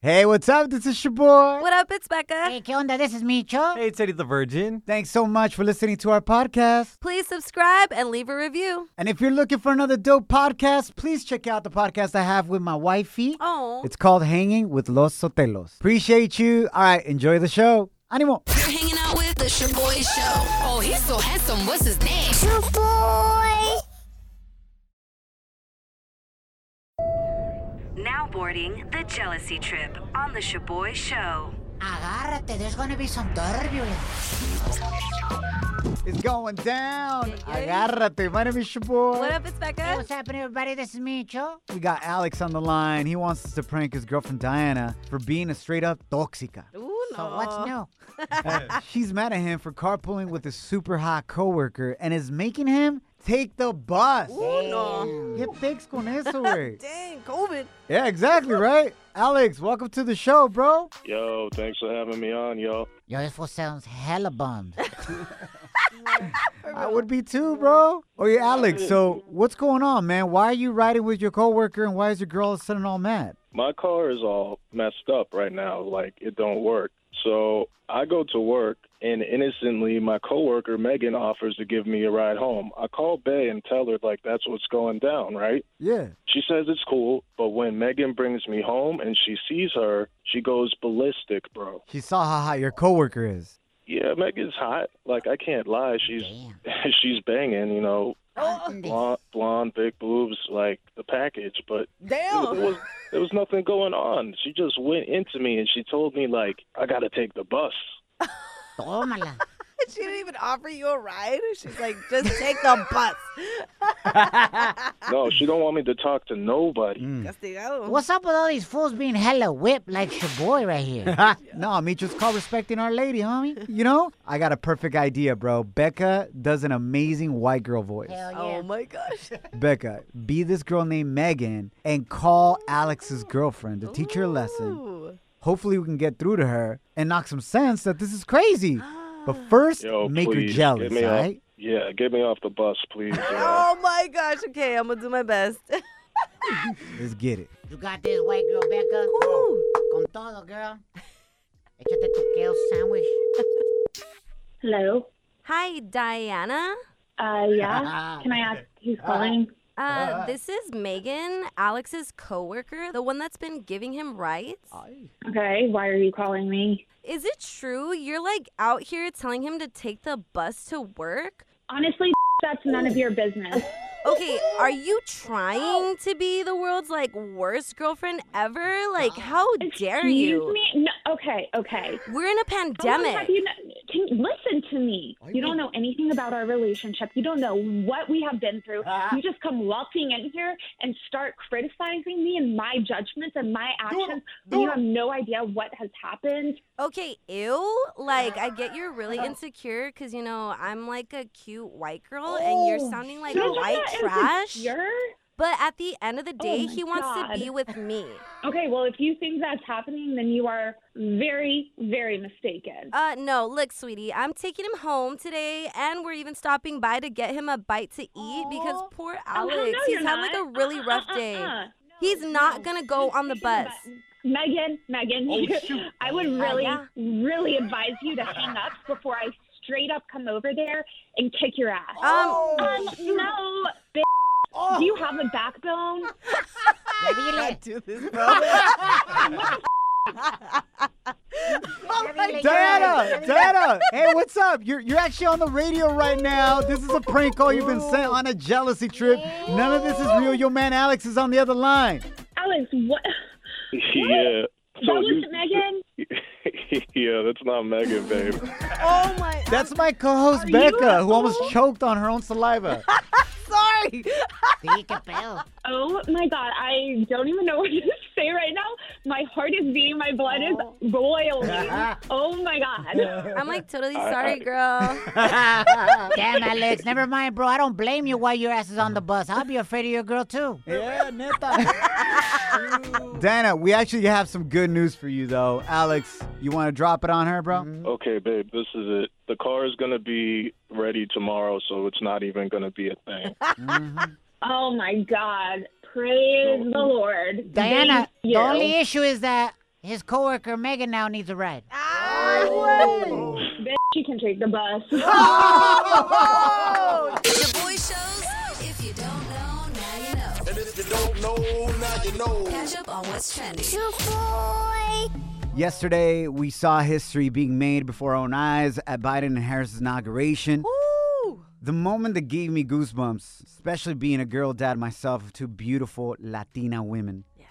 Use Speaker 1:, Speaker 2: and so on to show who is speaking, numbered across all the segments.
Speaker 1: Hey, what's up? This is your boy.
Speaker 2: What up? It's Becca.
Speaker 3: Hey, ¿qué onda? This is Micho.
Speaker 4: Hey, it's Eddie the Virgin.
Speaker 1: Thanks so much for listening to our podcast.
Speaker 2: Please subscribe and leave a review.
Speaker 1: And if you're looking for another dope podcast, please check out the podcast I have with my wifey.
Speaker 2: Oh.
Speaker 1: It's called Hanging with Los Sotelos. Appreciate you. All right, enjoy the show. Animo.
Speaker 5: You're hanging out with the Shaboy Show. Oh, he's so handsome. What's his name?
Speaker 6: Now boarding the jealousy trip on the Shaboy Show.
Speaker 3: Agárrate, there's gonna be some turbulence.
Speaker 1: It's going down.
Speaker 2: Yeah, yeah.
Speaker 1: Agárrate. My name is your boy.
Speaker 2: What up? It's
Speaker 3: Hey,
Speaker 2: Becca.
Speaker 3: what's happening, everybody? This is Micho.
Speaker 1: We got Alex on the line. He wants us to prank his girlfriend Diana for being a straight up toxica.
Speaker 2: Ooh, no.
Speaker 3: So what's new?
Speaker 1: She's mad at him for carpooling with his super hot coworker and is making him take the bus.
Speaker 2: Ooh, no.
Speaker 1: ¿Qué pex con eso, güey?
Speaker 2: Dang, COVID.
Speaker 1: Yeah, exactly, right? Alex, welcome to the show, bro.
Speaker 7: Yo, thanks for having me on, yo.
Speaker 3: Yo, this fool sounds hella bummed.
Speaker 1: I would be too, bro. Oh, yeah, Alex, so what's going on, man? Why are you riding with your coworker and why is your girl sitting all mad?
Speaker 7: My car is all messed up right now, like it don't work. So I go to work and innocently my coworker Megan offers to give me a ride home. I call Bay and tell her like that's what's going down, right?
Speaker 1: Yeah.
Speaker 7: She says it's cool, but when Megan brings me home and she sees her, she goes ballistic, bro.
Speaker 1: She saw how hot your coworker is.
Speaker 7: Yeah, Megan's hot. Like I can't lie, she's
Speaker 3: Damn.
Speaker 7: she's banging, you know,
Speaker 3: Andes.
Speaker 7: blonde, blonde, big boobs, like the package, but There,
Speaker 2: Damn.
Speaker 7: was there was nothing going on. She just went into me and she told me like I gotta take the bus.
Speaker 3: Tómala.
Speaker 2: she didn't even offer you a ride. She's like, just take the bus.
Speaker 7: No, she don't want me to talk to nobody.
Speaker 1: Mm.
Speaker 2: Castigado.
Speaker 3: What's up with all these fools being hella whipped like your boy right here?
Speaker 1: no, me just call respecting our lady, homie. You know, I got a perfect idea, bro. Becca does an amazing white girl voice.
Speaker 3: Hell yeah.
Speaker 2: Oh my gosh.
Speaker 1: Becca, be this girl named Megan and call Alex's girlfriend to teach her a lesson.
Speaker 2: Ooh.
Speaker 1: Hopefully, we can get through to her and knock some sense that this is crazy. But
Speaker 3: Ah.
Speaker 1: first,
Speaker 7: Yo,
Speaker 1: make
Speaker 7: please,
Speaker 1: her
Speaker 7: get
Speaker 1: jealous,
Speaker 7: me
Speaker 1: all
Speaker 7: off-
Speaker 1: right?
Speaker 7: Yeah, get me off the bus, please. yo.
Speaker 2: Oh my gosh. Okay, I'm gonna do my best.
Speaker 1: Let's get it.
Speaker 3: You got this white girl, Becca.
Speaker 2: Ooh.
Speaker 3: Con todo, girl. Échate tu kale sandwich.
Speaker 8: Hello.
Speaker 2: Hi, Diana.
Speaker 8: Uh, yeah. Can I ask who's calling?
Speaker 2: Uh, this is Megan, Alex's coworker, the one that's been giving him rights.
Speaker 8: Okay. Why are you calling me?
Speaker 2: Is it true you're like out here telling him to take the bus to work?
Speaker 8: Honestly, that's none of your business.
Speaker 2: Okay, are you trying to be the world's like worst girlfriend ever? Like, how dare you?
Speaker 8: Excuse me. No, okay. Okay.
Speaker 2: We're in a
Speaker 8: How long have
Speaker 2: pandemic.
Speaker 8: you kn- can, listen to me. You don't know anything about our relationship. You don't know what we have been through.
Speaker 2: Ah.
Speaker 8: You just come waltzing in here and start criticizing me and my judgments and my actions. when You have no idea what has happened.
Speaker 2: Okay, ew. Like, I get you're really insecure because, you know, I'm like a cute white girl and you're sounding like
Speaker 8: Bitch, I'm
Speaker 2: white
Speaker 8: Oh, not
Speaker 2: trash.
Speaker 8: insecure. Oh
Speaker 2: But at the end of the day,
Speaker 8: my
Speaker 2: he wants to be
Speaker 8: God.
Speaker 2: with me.
Speaker 8: Okay. Well, if you think that's happening, then you are very, very mistaken.
Speaker 2: Uh, no, look, sweetie, I'm taking him home today and we're even stopping by to get him a bite to eat because poor
Speaker 8: Oh,
Speaker 2: Alex,
Speaker 8: hell no,
Speaker 2: he's
Speaker 8: you're
Speaker 2: had
Speaker 8: not.
Speaker 2: like a really
Speaker 8: Uh-uh,
Speaker 2: rough
Speaker 8: uh-uh,
Speaker 2: day.
Speaker 8: uh-uh.
Speaker 2: He's
Speaker 8: No,
Speaker 2: not
Speaker 8: no.
Speaker 2: gonna go
Speaker 8: Just
Speaker 2: Oh, on the
Speaker 8: take your
Speaker 2: bus. Oh,
Speaker 8: bu- Megan, Megan, you- I would really,
Speaker 2: yeah.
Speaker 8: really advise you to hang up before I straight up come over there and kick your ass.
Speaker 2: Um,
Speaker 8: Um, no, bitch. Do you have a backbone?
Speaker 3: Ya dile,
Speaker 1: Do this,
Speaker 3: ya dile, ya
Speaker 1: Diana,
Speaker 3: dile.
Speaker 1: Diana, hey, what's up? You're you're actually on the radio right now. This is a prank call you've been sent on a jealousy trip. None of this is real. Your man Alex is on the other line.
Speaker 8: Alex, what?
Speaker 7: yeah.
Speaker 8: that was Megan.
Speaker 7: yeah, that's not Megan, babe.
Speaker 2: oh my,
Speaker 1: That's my co-host
Speaker 8: you
Speaker 1: Becca,
Speaker 8: a
Speaker 1: who almost
Speaker 8: fool?
Speaker 1: choked on her own saliva.
Speaker 2: sorry.
Speaker 3: Sí, qué pedo.
Speaker 8: Oh my god, I don't even know what to say right now. My heart is beating, my blood
Speaker 2: Oh.
Speaker 8: is boiling. oh my god.
Speaker 2: I'm like totally sorry, girl.
Speaker 3: Damn, Alex. Never mind, bro. I don't blame you while your ass is on the bus. I'll be afraid of your girl, too.
Speaker 1: Yeah, neta. Dana, we actually have some good news for you, though. Alex, you want to drop it on her, bro?
Speaker 7: Okay, babe, this is it. The car is gonna be ready tomorrow, so it's not even gonna be a thing.
Speaker 8: Oh my God. Praise the Lord.
Speaker 3: Diana,
Speaker 8: Thank you.
Speaker 3: the only issue is that His coworker Megan now needs a ride.
Speaker 8: Bitch, you can take the bus.
Speaker 5: Your boy shows. If you don't know, now you know.
Speaker 4: And if you don't know, now you know.
Speaker 5: Catch up on what's trending.
Speaker 1: Yesterday, we saw history being made before our own eyes at Biden and Harris' inauguration. The moment that gave me goosebumps, especially being a girl dad myself of two beautiful Latina women. Yes.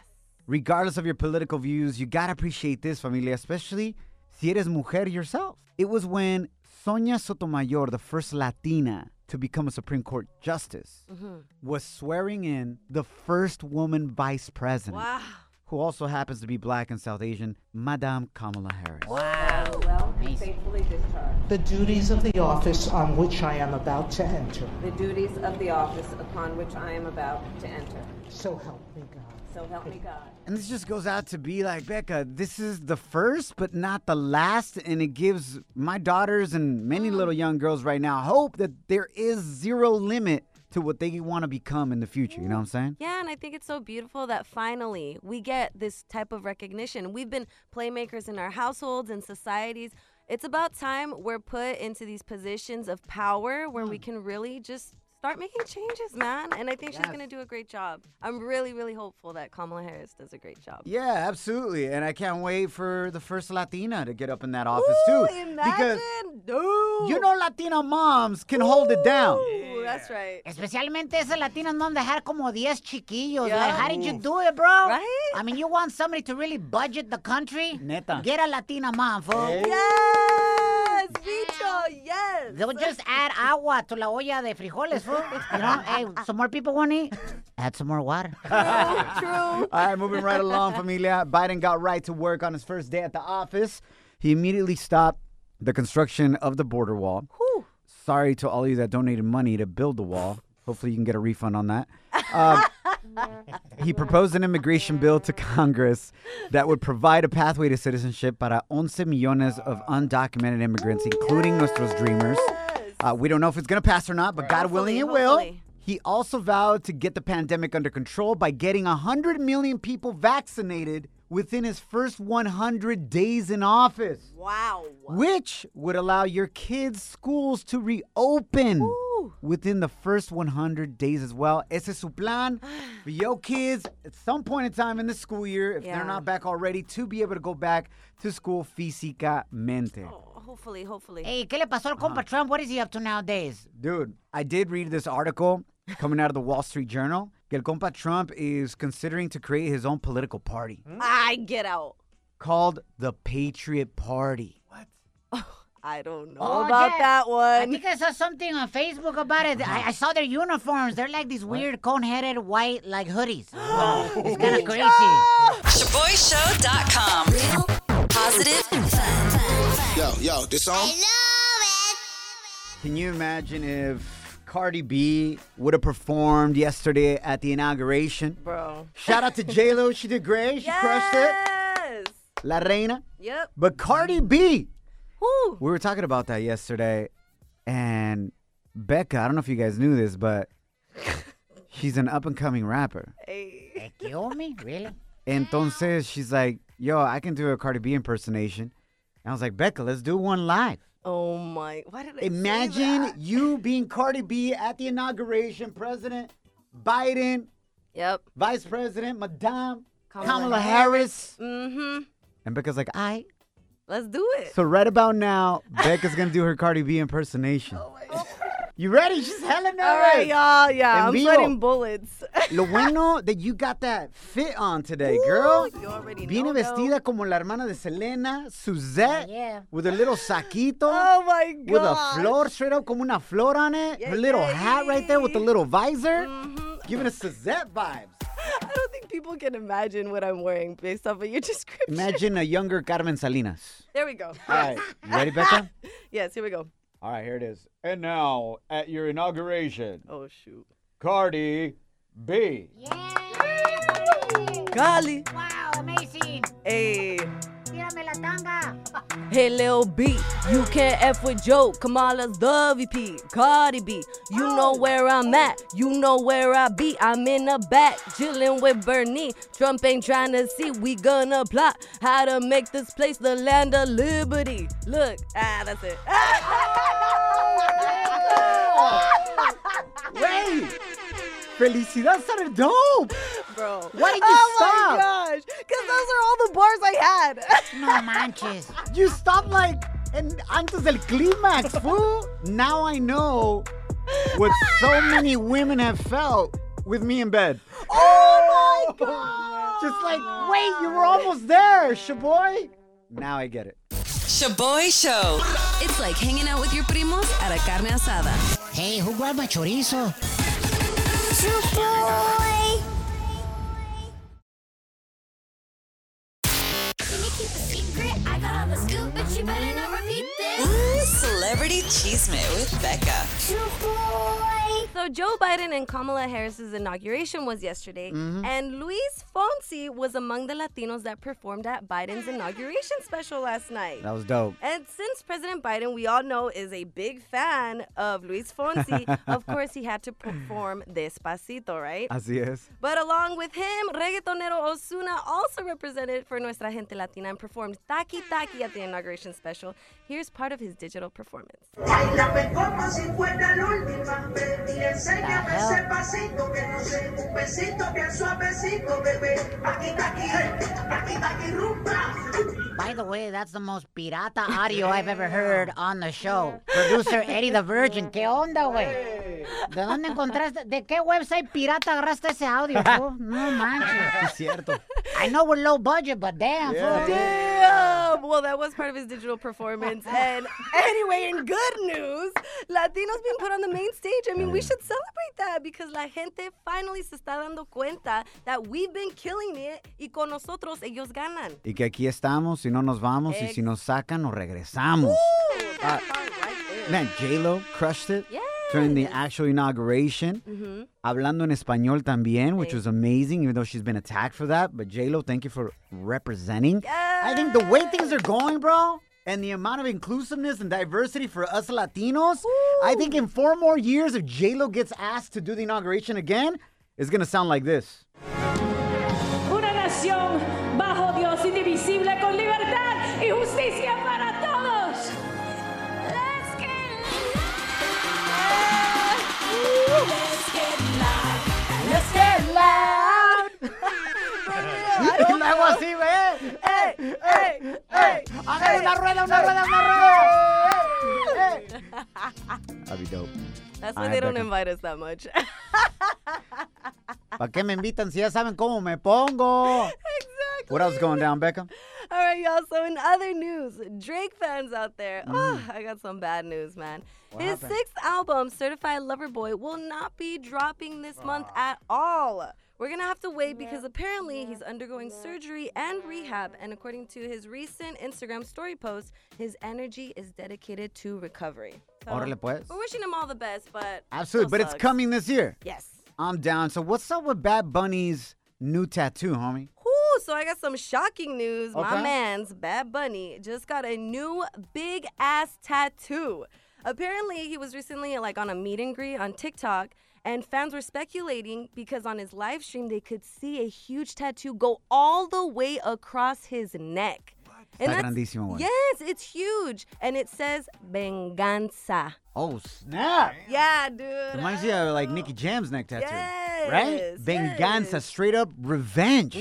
Speaker 1: Regardless of your political views, you gotta appreciate this, familia, especially si eres mujer yourself. It was when Sonia Sotomayor, the first Latina to become a Supreme Court justice, was swearing in the first woman vice president
Speaker 2: Wow.
Speaker 1: who also happens to be black and South Asian, Madame Kamala Harris.
Speaker 9: The duties of the office on which I am about to enter.
Speaker 10: The duties of the office upon which I am about to enter.
Speaker 9: So help me God.
Speaker 10: So help me God.
Speaker 1: And this just goes out to be like, Becca, this is the first, but not the last. And it gives my daughters and many little
Speaker 2: Mm.
Speaker 1: young girls right now hope that there is zero limit to what they want to become in the future. You know what I'm saying?
Speaker 2: Yeah, and I think it's so beautiful that finally we get this type of recognition. We've been playmakers in our households and societies. It's about time we're put into these positions of power where
Speaker 1: Hmm.
Speaker 2: we can really just start making changes, man. And I think she's going to do a great job. I'm really, really hopeful that Kamala Harris does a great job.
Speaker 1: Yeah, absolutely. And I can't wait for the first Latina to get up in that office too. Because
Speaker 2: Imagine, dude.
Speaker 1: you know Latina moms can hold it down.
Speaker 2: Ooh, that's right.
Speaker 3: Especialmente ese latino mom that had como 10 chiquillos.
Speaker 2: Yeah.
Speaker 3: Like, how did you do it, bro?
Speaker 2: Right?
Speaker 3: I mean, you want somebody to really budget the country?
Speaker 1: Neta.
Speaker 3: Get a Latina mom, fool.
Speaker 2: Yes, Vito, yes.
Speaker 3: They'll just add agua to la olla de frijoles, fool. You know, hey, some more people want to eat. Add some more water.
Speaker 2: True.
Speaker 1: All right, moving right along, familia. Biden got right to work on his first day at the office. He immediately stopped the construction of the border wall. Sorry to all of you that donated money to build the wall. Hopefully, you can get a refund on that. Um, he proposed an immigration bill to Congress that would provide a pathway to citizenship para 11 millones of undocumented immigrants,
Speaker 2: Oh,
Speaker 1: including nuestros dreamers. Uh, we don't know if it's going to pass or not, but God willing, it
Speaker 2: Hopefully,
Speaker 1: will.
Speaker 2: hopefully.
Speaker 1: He also vowed to get the pandemic under control by getting 100 million people vaccinated within his first 100 days in office,
Speaker 2: Wow.
Speaker 1: which would allow your kids' schools to reopen within the first 100 days as well. Ese es su plan for your kids at some point in time in the school year, if
Speaker 2: Yeah.
Speaker 1: they're not back already, to be able to go back to school físicamente.
Speaker 2: Oh. Hopefully, hopefully.
Speaker 3: Hey, ¿qué le pasó al
Speaker 1: Ah.
Speaker 3: compa Trump? What is he up to nowadays?
Speaker 1: Dude, I did read this article coming out of the Wall Street Journal. Que el compa Trump is considering to create his own political party
Speaker 2: I get out.
Speaker 1: called the Patriot Party.
Speaker 2: I don't know
Speaker 3: Oh,
Speaker 2: about
Speaker 3: yeah.
Speaker 2: that
Speaker 3: I
Speaker 2: one.
Speaker 3: think I saw something on Facebook about it. I, I saw their uniforms. They're like these weird cone-headed white like hoodies. It's kind of crazy.
Speaker 5: ShaboyShow.com. Real, positive, and fun.
Speaker 4: Yo, yo, this song?
Speaker 1: Can you imagine if Cardi B would have performed yesterday at the inauguration?
Speaker 2: Bro.
Speaker 1: Shout out to JLo. She did great. She crushed it.
Speaker 2: Yes.
Speaker 1: La Reina.
Speaker 2: Yep.
Speaker 1: But Cardi B,
Speaker 2: Whew.
Speaker 1: we were talking about that yesterday. And Becca, I don't know if you guys knew this, but she's an up and coming rapper.
Speaker 2: Hey.
Speaker 3: Eh, ¿Qué homie? Really?
Speaker 1: Entonces, she's like, yo, I can do a Cardi B impersonation. And I was like, Becca, let's do one live.
Speaker 2: Oh my. Why did I say
Speaker 1: Imagine
Speaker 2: that?
Speaker 1: you being Cardi B at the inauguration, President Biden,
Speaker 2: Yep.
Speaker 1: Vice President, Madame Kamala,
Speaker 2: Kamala
Speaker 1: Harris.
Speaker 2: Mm-hmm.
Speaker 1: And Becca's like, I.
Speaker 2: Let's do it.
Speaker 1: So, right about now, Becca's going to do her Cardi B impersonation. You ready? She's hella nervous.
Speaker 2: Oh All right, y'all. Yeah,
Speaker 1: En
Speaker 2: I'm
Speaker 1: vivo.
Speaker 2: sweating bullets.
Speaker 1: Lo bueno that you got that fit on today, girl.
Speaker 2: You already know.
Speaker 1: Viene vestida como la hermana de Selena, Suzette,
Speaker 3: Yeah.
Speaker 1: with a little saquito,
Speaker 2: Oh my god.
Speaker 1: with a flor straight up como una flor on it, her little
Speaker 2: yeah,
Speaker 1: hat right there with the
Speaker 2: yeah.
Speaker 1: little visor,
Speaker 2: Mhm.
Speaker 1: giving us Suzette vibes.
Speaker 2: I don't think people can imagine what I'm wearing based off of your description.
Speaker 1: Imagine a younger Carmen Salinas.
Speaker 2: There we go.
Speaker 1: All right, you ready, Becca?
Speaker 2: Yes, here we go.
Speaker 1: All right, here it is. And now, at your inauguration,
Speaker 2: Oh shoot.
Speaker 1: Cardi B.
Speaker 2: Golly.
Speaker 3: Wow, amazing.
Speaker 2: Hey.
Speaker 3: Tírame la tanga.
Speaker 2: Eh. Hey Lil B, you can't F with Joe. Kamala's the VP. Cardi B, you know
Speaker 3: Oh.
Speaker 2: where I'm at. You know where I be. I'm in the back, chillin' with Bernie. Trump ain't trying to see. We gonna plot how to make this place the land of liberty. Look, ah, that's it.
Speaker 3: Oh,
Speaker 1: Wait! Felicidad sounded dope!
Speaker 2: Bro.
Speaker 1: Why did you
Speaker 2: oh
Speaker 1: stop?
Speaker 2: my gosh. Because those are all the bars I had.
Speaker 3: No manches.
Speaker 1: You stopped like and antes del climax, fool! Now I know what so many women have felt with me in bed.
Speaker 2: oh my god.
Speaker 1: Just like, wait, you were almost there, shaboy! Now I get it.
Speaker 5: Shaboy Show. It's like hanging out with your primos at a carne asada.
Speaker 3: Hey, who grabbed my chorizo?
Speaker 5: Celebrity Cheesemate with Becca.
Speaker 2: So Joe Biden and Kamala Harris's inauguration was yesterday, and Luis Fonsi was among the Latinos that performed at Biden's inauguration special last night.
Speaker 1: That was dope.
Speaker 2: And since President Biden, we all know, is a big fan of Luis Fonsi, of course he had to perform Despacito, right?
Speaker 1: Así es.
Speaker 2: But along with him, reggaetonero Osuna also represented for Nuestra Gente Latina and performed Taki Taki at the inauguration special. Here's part of his digital performance.
Speaker 3: By the way, that's the most pirata audio I've ever heard on the show. Producer Eddie the Virgin. ¿Qué onda, güey? ¿De dónde encontraste? ¿De qué website pirata agarraste ese audio, fool? No manches.
Speaker 1: Es cierto.
Speaker 3: I know we're low budget, but damn, fool.
Speaker 2: Damn! Well, that was part of his digital performance. And anyway, in good news, Latinos being put on the main stage. I mean, we should celebrate that because la gente finally se está dando cuenta that we've been killing it y con nosotros ellos ganan.
Speaker 1: Y que aquí estamos, si no nos vamos, y si nos sacan, nos regresamos.
Speaker 2: Ooh, that part right there.
Speaker 1: Man, J-Lo crushed it during the actual inauguration. Hablando en español también, which was amazing, even though she's been attacked for that. But J-Lo, thank you for representing. I think the way things are going, bro, and the amount of inclusiveness and diversity for us Latinos, I think in four more years, if J-Lo gets asked to do the inauguration again, it's going to sound like this.
Speaker 11: Una nación bajo Dios indivisible con libertad y justicia para todos. Let's get
Speaker 1: Y luego así, ve. ¡Ey! ¡Ey! ¡Ey! ¡Hágale una rueda, una rueda, una rueda! ¡Ey! That'd be dope.
Speaker 2: That's why
Speaker 1: I
Speaker 2: they don't
Speaker 1: reckon.
Speaker 2: invite us that much.
Speaker 1: ¿Para qué me invitan si ya saben cómo me pongo?
Speaker 2: exactly.
Speaker 1: What else is going down, Becca?
Speaker 2: All right, y'all. So, in other news, Drake fans out there,
Speaker 1: Mm.
Speaker 2: oh, I got some bad news, man. His sixth album, Certified Lover Boy, will not be dropping this month
Speaker 1: Ah.
Speaker 2: at all. We're gonna have to wait because apparently he's undergoing surgery and rehab. And according to his recent Instagram story post, his energy is dedicated to recovery. So,
Speaker 1: Órale, pues.
Speaker 2: We're wishing him all the best, but
Speaker 1: Absolutely,
Speaker 2: still
Speaker 1: but it's
Speaker 2: sucks.
Speaker 1: coming this year.
Speaker 2: Yes.
Speaker 1: I'm down. So what's up with Bad Bunny's new tattoo, homie?
Speaker 2: Ooh, so I got some shocking news.
Speaker 1: Okay.
Speaker 2: My man's Bad Bunny just got a new big ass tattoo. Apparently, he was recently like on a meet and greet on TikTok, and fans were speculating because on his live stream they could see a huge tattoo go all the way across his neck. And
Speaker 1: Está
Speaker 2: that's-
Speaker 1: grandísimo, güey.
Speaker 2: Yes, it's huge, and it says "Venganza."
Speaker 1: Oh, snap.
Speaker 2: Yeah, dude.
Speaker 1: Reminds you of like Nicky Jam's neck tattoo. Right?
Speaker 2: Yes, Mm-hmm.
Speaker 1: Venganza,
Speaker 2: yes.
Speaker 1: straight up revenge.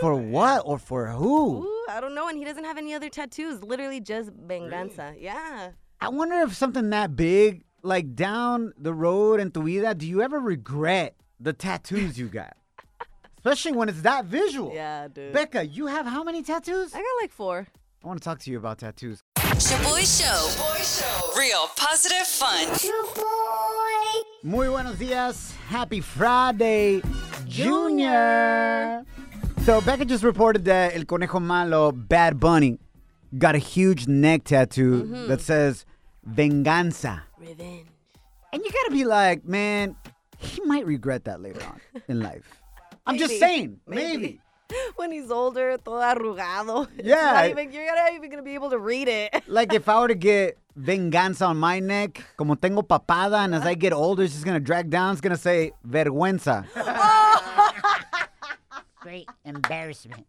Speaker 1: For what or for who?
Speaker 2: Ooh, I don't know, and he doesn't have any other tattoos. Literally just "Venganza." Yeah.
Speaker 1: I wonder if something that big, like down the road in tu vida, do you ever regret the tattoos you got? Especially when it's that visual.
Speaker 2: Yeah, dude.
Speaker 1: Becca, you have how many tattoos?
Speaker 2: I got like four.
Speaker 1: I want to talk to you about tattoos.
Speaker 5: Shaboy Show. Shaboy Show. Real positive fun.
Speaker 1: Muy buenos dias. Happy Friday, Junior. So, Becca just reported that El Conejo Malo, Bad Bunny, got a huge neck tattoo that says Venganza.
Speaker 2: Mm-hmm. Revenge.
Speaker 1: And you gotta be like, man, he might regret that later on in life. I'm just
Speaker 2: Maybe.
Speaker 1: saying, maybe.
Speaker 2: Maybe. when he's older, todo arrugado. It's
Speaker 1: Yeah,
Speaker 2: not
Speaker 1: I-
Speaker 2: even- you're not even going to be able to read it.
Speaker 1: Like if I were to get venganza on my neck, como tengo papada, and as I get older, it's just gonna drag down. It's gonna say vergüenza.
Speaker 12: Great embarrassment.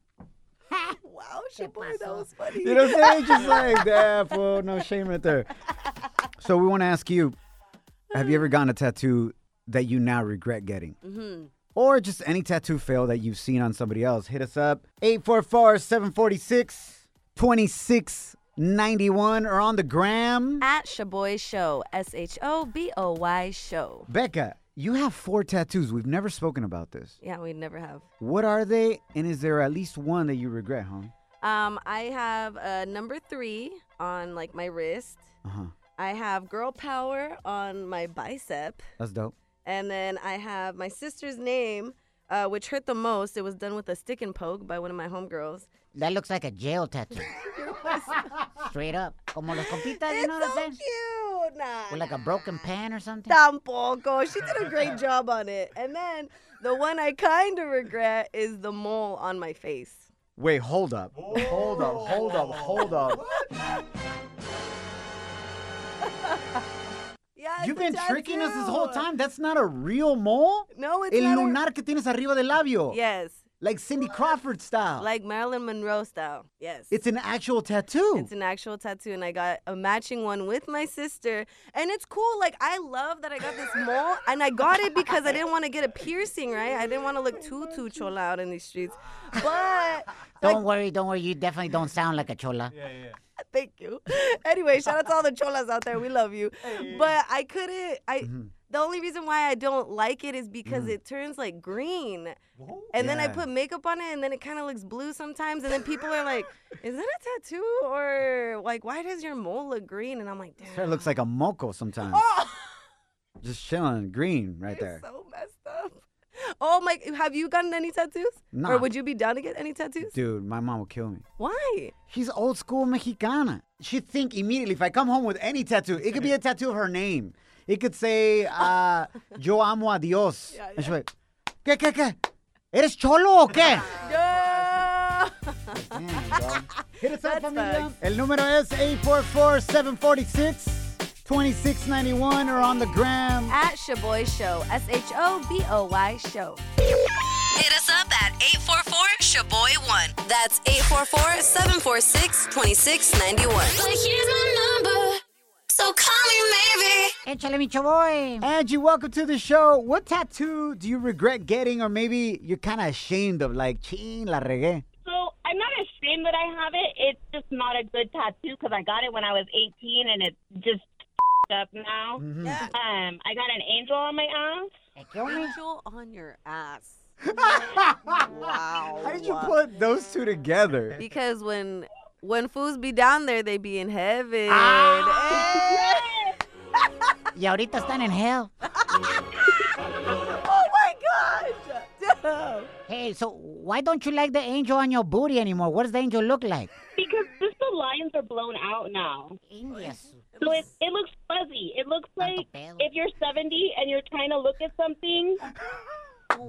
Speaker 2: wow, Shaboy, that was funny.
Speaker 1: You know what I'm saying? Just like that, fool. No shame right there. So we want to ask you: Have you ever gotten a tattoo that you now regret getting?
Speaker 2: hmm
Speaker 1: Or just any tattoo fail that you've seen on somebody else, hit us up 844 746 2691 or on the gram.
Speaker 2: At Shaboy Show, S H O B O Y Show.
Speaker 1: Becca, you have four tattoos. We've never spoken about this.
Speaker 2: Yeah, we never have.
Speaker 1: What are they? And is there at least one that you regret, huh?
Speaker 2: Um, I have a number three on like my wrist.
Speaker 1: Uh huh.
Speaker 2: I have girl power on my bicep,
Speaker 1: That's dope.
Speaker 2: and then I have my sister's name, uh, which hurt the most. It was done with a stick and poke by one of my homegirls.
Speaker 12: That looks like a jail tattoo. Straight up. Como los compitas, you
Speaker 2: It's
Speaker 12: know what I'm
Speaker 2: so
Speaker 12: saying?
Speaker 2: cute. Nah.
Speaker 12: With like a broken pan or something?
Speaker 2: Tampoco. She did a great job on it. And then the one I kind of regret is the mole on my face.
Speaker 1: Wait, hold up. Oh. Hold up, hold up, hold up.
Speaker 2: Yeah,
Speaker 1: You've
Speaker 2: it's a
Speaker 1: been tricking us this whole
Speaker 2: tattoo.
Speaker 1: time. That's not a real mole.
Speaker 2: No, it's
Speaker 1: El
Speaker 2: not a-
Speaker 1: lunar que tienes arriba del labio.
Speaker 2: Yes.
Speaker 1: Like Cindy Crawford style.
Speaker 2: Like Marilyn Monroe style. Yes.
Speaker 1: Ah. it's an actual tattoo.
Speaker 2: It's an actual tattoo, and I got a matching one with my sister. And it's cool. Like, I love that I got this mole, and I got it because I didn't want to get a piercing, right? I didn't want to look too, too chola out in these streets. But
Speaker 12: Don't worry, don't worry. You definitely don't sound like a chola. Yeah, yeah.
Speaker 2: thank you. Anyway, shout out to all the cholas out there. We love you. But I couldn't, I.
Speaker 1: Mm-hmm.
Speaker 2: The only reason why I don't like it is because it turns like green. And then I
Speaker 1: Mm. Yeah.
Speaker 2: put makeup on it and then it kind of looks blue sometimes. And then people are like, is that a tattoo? Or like, why does your mole look green? And I'm like, damn.
Speaker 1: Sure, it looks like a moco sometimes. Just chilling, green right there.
Speaker 2: so messed up. Oh my! Have you gotten any tattoos?
Speaker 1: Nah.
Speaker 2: Or would you be down to get any tattoos?
Speaker 1: Dude, my mom will kill me.
Speaker 2: Why?
Speaker 1: She's old school Mexicana. She'd think immediately if I come home with any tattoo, it could be a tattoo of her name. It could say, uh, Yo amo a Dios. And she's like, ¿Qué, qué, qué? ¿Eres cholo o qué? Hit us up, familia. El número es 844-746-2691 or on the gram.
Speaker 2: At Shaboy Show, S H O B O Y Show.
Speaker 5: Hit us up at 844-SHABOY1. That's 844-746-2691. But here's my number, so call me maybe.
Speaker 12: Échale, mi chavoy.
Speaker 1: Angie, welcome to the show. What tattoo do you regret getting or maybe you're kind of ashamed of? Like, ching, la regué.
Speaker 8: So I'm not ashamed that I have it. It's just not a good tattoo because I got it when I was 18 and it's just up now. Um, I got an angel on my ass.
Speaker 2: Angel on your ass. wow.
Speaker 1: How did you put those two together?
Speaker 2: Because when when fools be down there, they be in heaven.
Speaker 1: Ah!
Speaker 2: Eh.
Speaker 12: Y ahorita están en hell.
Speaker 2: oh my gosh! Damn.
Speaker 12: Hey, so why don't you like the angel on your booty anymore? What does the angel look like?
Speaker 8: Because just the lines are blown out now. So it, it looks fuzzy. It looks like if you're 70 and you're trying to look at something.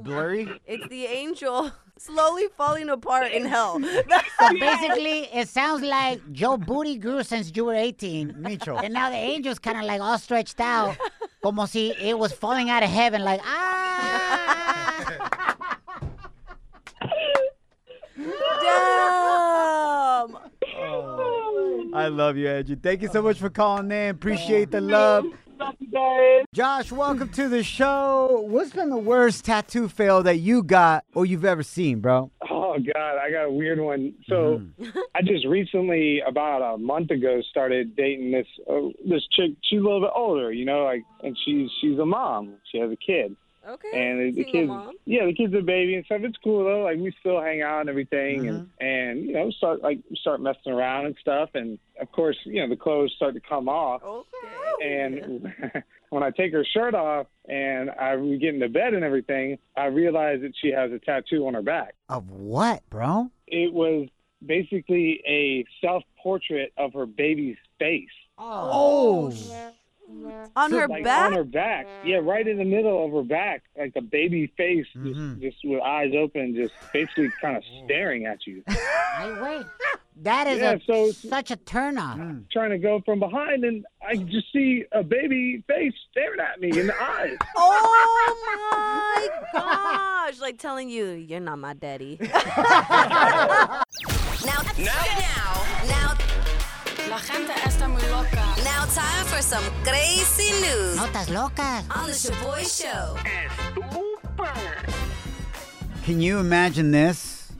Speaker 1: Blurry?
Speaker 2: It's the angel slowly falling apart in hell.
Speaker 12: So basically, it sounds like your booty grew since you were 18.
Speaker 1: Micho.
Speaker 12: And now the angel's kind of like all stretched out, como si it was falling out of heaven, like, ah.
Speaker 2: Damn.
Speaker 1: I love you, Angie. Thank you so much for calling in. Appreciate the love. Josh, welcome to the show. What's been the worst tattoo fail that you got or you've ever seen, bro?
Speaker 7: Oh God, I got a weird one. So I just recently, about a month ago, started dating this uh, this chick. She's a little bit older, you know, like, and she's she's a mom. She has a kid.
Speaker 2: Okay.
Speaker 7: And the, the
Speaker 2: Single
Speaker 7: kids,
Speaker 2: Mm, mom.
Speaker 7: yeah, the kid's a baby and stuff. It's cool though. Like we still hang out and everything, and and you know start like start messing around and stuff. And of course, you know the clothes start to come off. And when I take her shirt off and I we get into bed and everything, I realize that she has a tattoo on her back.
Speaker 1: Of what, bro?
Speaker 7: It was basically a self portrait of her baby's face.
Speaker 1: Oh,
Speaker 2: On her
Speaker 13: Like,
Speaker 2: back?
Speaker 13: On her back. Yeah, right in the middle of her back, like a baby face, just, just with eyes open, just basically kind of staring at you.
Speaker 3: Ay, wait. That is
Speaker 13: Yeah,
Speaker 3: a, such a turnoff.
Speaker 1: Mm.
Speaker 13: Trying to go from behind, and I just see a baby face staring at me in the eyes.
Speaker 2: Oh my gosh! Like telling you, you're not my daddy.
Speaker 5: Now, now, now, La gente está muy loca. Now, time for some crazy news.
Speaker 3: Notas locas.
Speaker 5: On the Shaboy Show.
Speaker 1: Can you imagine this?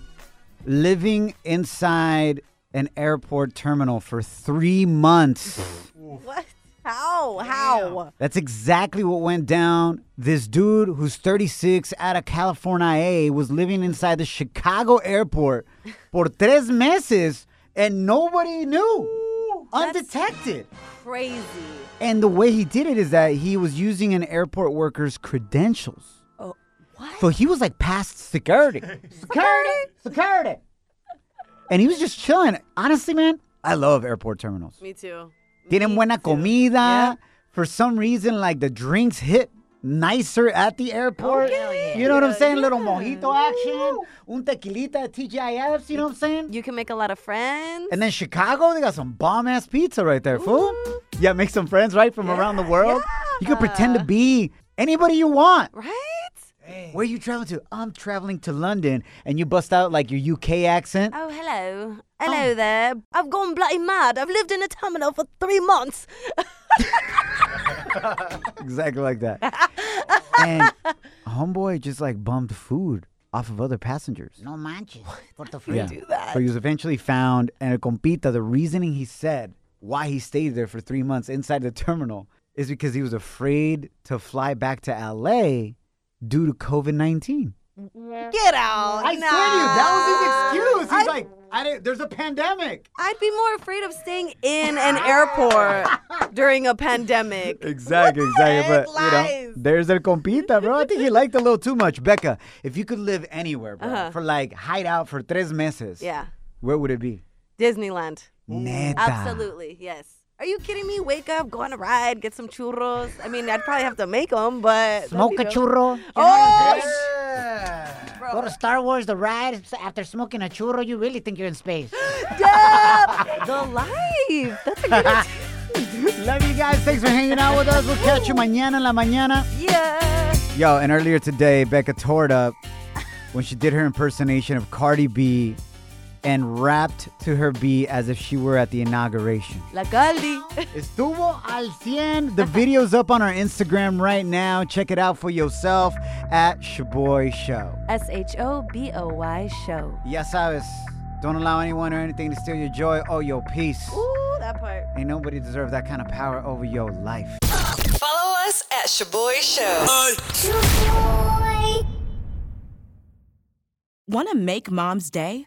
Speaker 1: Living inside an airport terminal for three months.
Speaker 2: what? How? How?
Speaker 1: That's exactly what went down. This dude who's 36 out of California was living inside the Chicago airport for tres meses and nobody knew. Undetected.
Speaker 2: Crazy.
Speaker 1: And the way he did it is that he was using an airport worker's credentials.
Speaker 2: Oh,
Speaker 1: what? So he was like past security. security! Security! And he was just chilling. Honestly, man, I love airport terminals.
Speaker 2: Me too.
Speaker 1: Tienen buena comida. For some reason, like the drinks hit nicer at the
Speaker 2: Oh,
Speaker 1: airport. You know what I'm saying? Little mojito action, un tequilita at TGIFs, you know what I'm saying?
Speaker 2: You can make a lot of friends.
Speaker 1: And then Chicago, they got some bomb ass pizza right there, fool.
Speaker 2: Mm-hmm.
Speaker 1: Yeah, make some friends, right, from around the world. You can pretend to be anybody you want.
Speaker 2: Right?
Speaker 1: Where you traveling to? I'm traveling to London, and you bust out like your UK accent.
Speaker 2: Oh, hello.
Speaker 5: Oh.
Speaker 2: Hello there. I've gone bloody mad. I've lived in a terminal for three months.
Speaker 1: exactly like that. and homeboy just like bummed food off of other passengers.
Speaker 3: No manches. What the
Speaker 1: yeah. But he was eventually found, and a compita, the reasoning he said why he stayed there for three months inside the terminal is because he was afraid to fly back to LA due to COVID 19.
Speaker 2: Get out.
Speaker 1: I swear to you, that was his excuse. He's like, I didn't, there's a pandemic.
Speaker 2: I'd be more afraid of staying in an airport during a pandemic.
Speaker 1: Exactly, exactly. But, you know,
Speaker 2: lies?
Speaker 1: there's a compita, bro. I think he liked a little too much. Becca, if you could live anywhere, bro,
Speaker 2: Uh-huh.
Speaker 1: for like hide out for tres meses,
Speaker 2: Yeah.
Speaker 1: where would it be?
Speaker 2: Disneyland.
Speaker 1: Neta.
Speaker 2: Absolutely, yes. Are you kidding me? Wake up, go on a ride, get some churros. I mean, I'd probably have to make them, but.
Speaker 3: Smoke a churro. You know what I'm saying?
Speaker 2: Oh,
Speaker 3: Go to Star Wars, the ride. After smoking a churro, you really think you're in space.
Speaker 2: Duh, the life. That's a good
Speaker 1: Love you guys. Thanks for hanging out with us. We'll catch you mañana en la mañana.
Speaker 2: Yeah.
Speaker 1: Yo, and earlier today, Becca tore it up when she did her impersonation of Cardi B and rapped to her B as if she were at the inauguration.
Speaker 2: La Caldi.
Speaker 1: Estuvo al 100. The video's up on our Instagram right now. Check it out for yourself at Shaboy Show.
Speaker 2: S H O B O Y show.
Speaker 1: Ya sabes, don't allow anyone or anything to steal your joy or your peace.
Speaker 2: Ooh, that part.
Speaker 1: Ain't nobody deserve that kind of power over your life.
Speaker 5: Follow us at Shaboy Show.
Speaker 14: Want to make mom's day?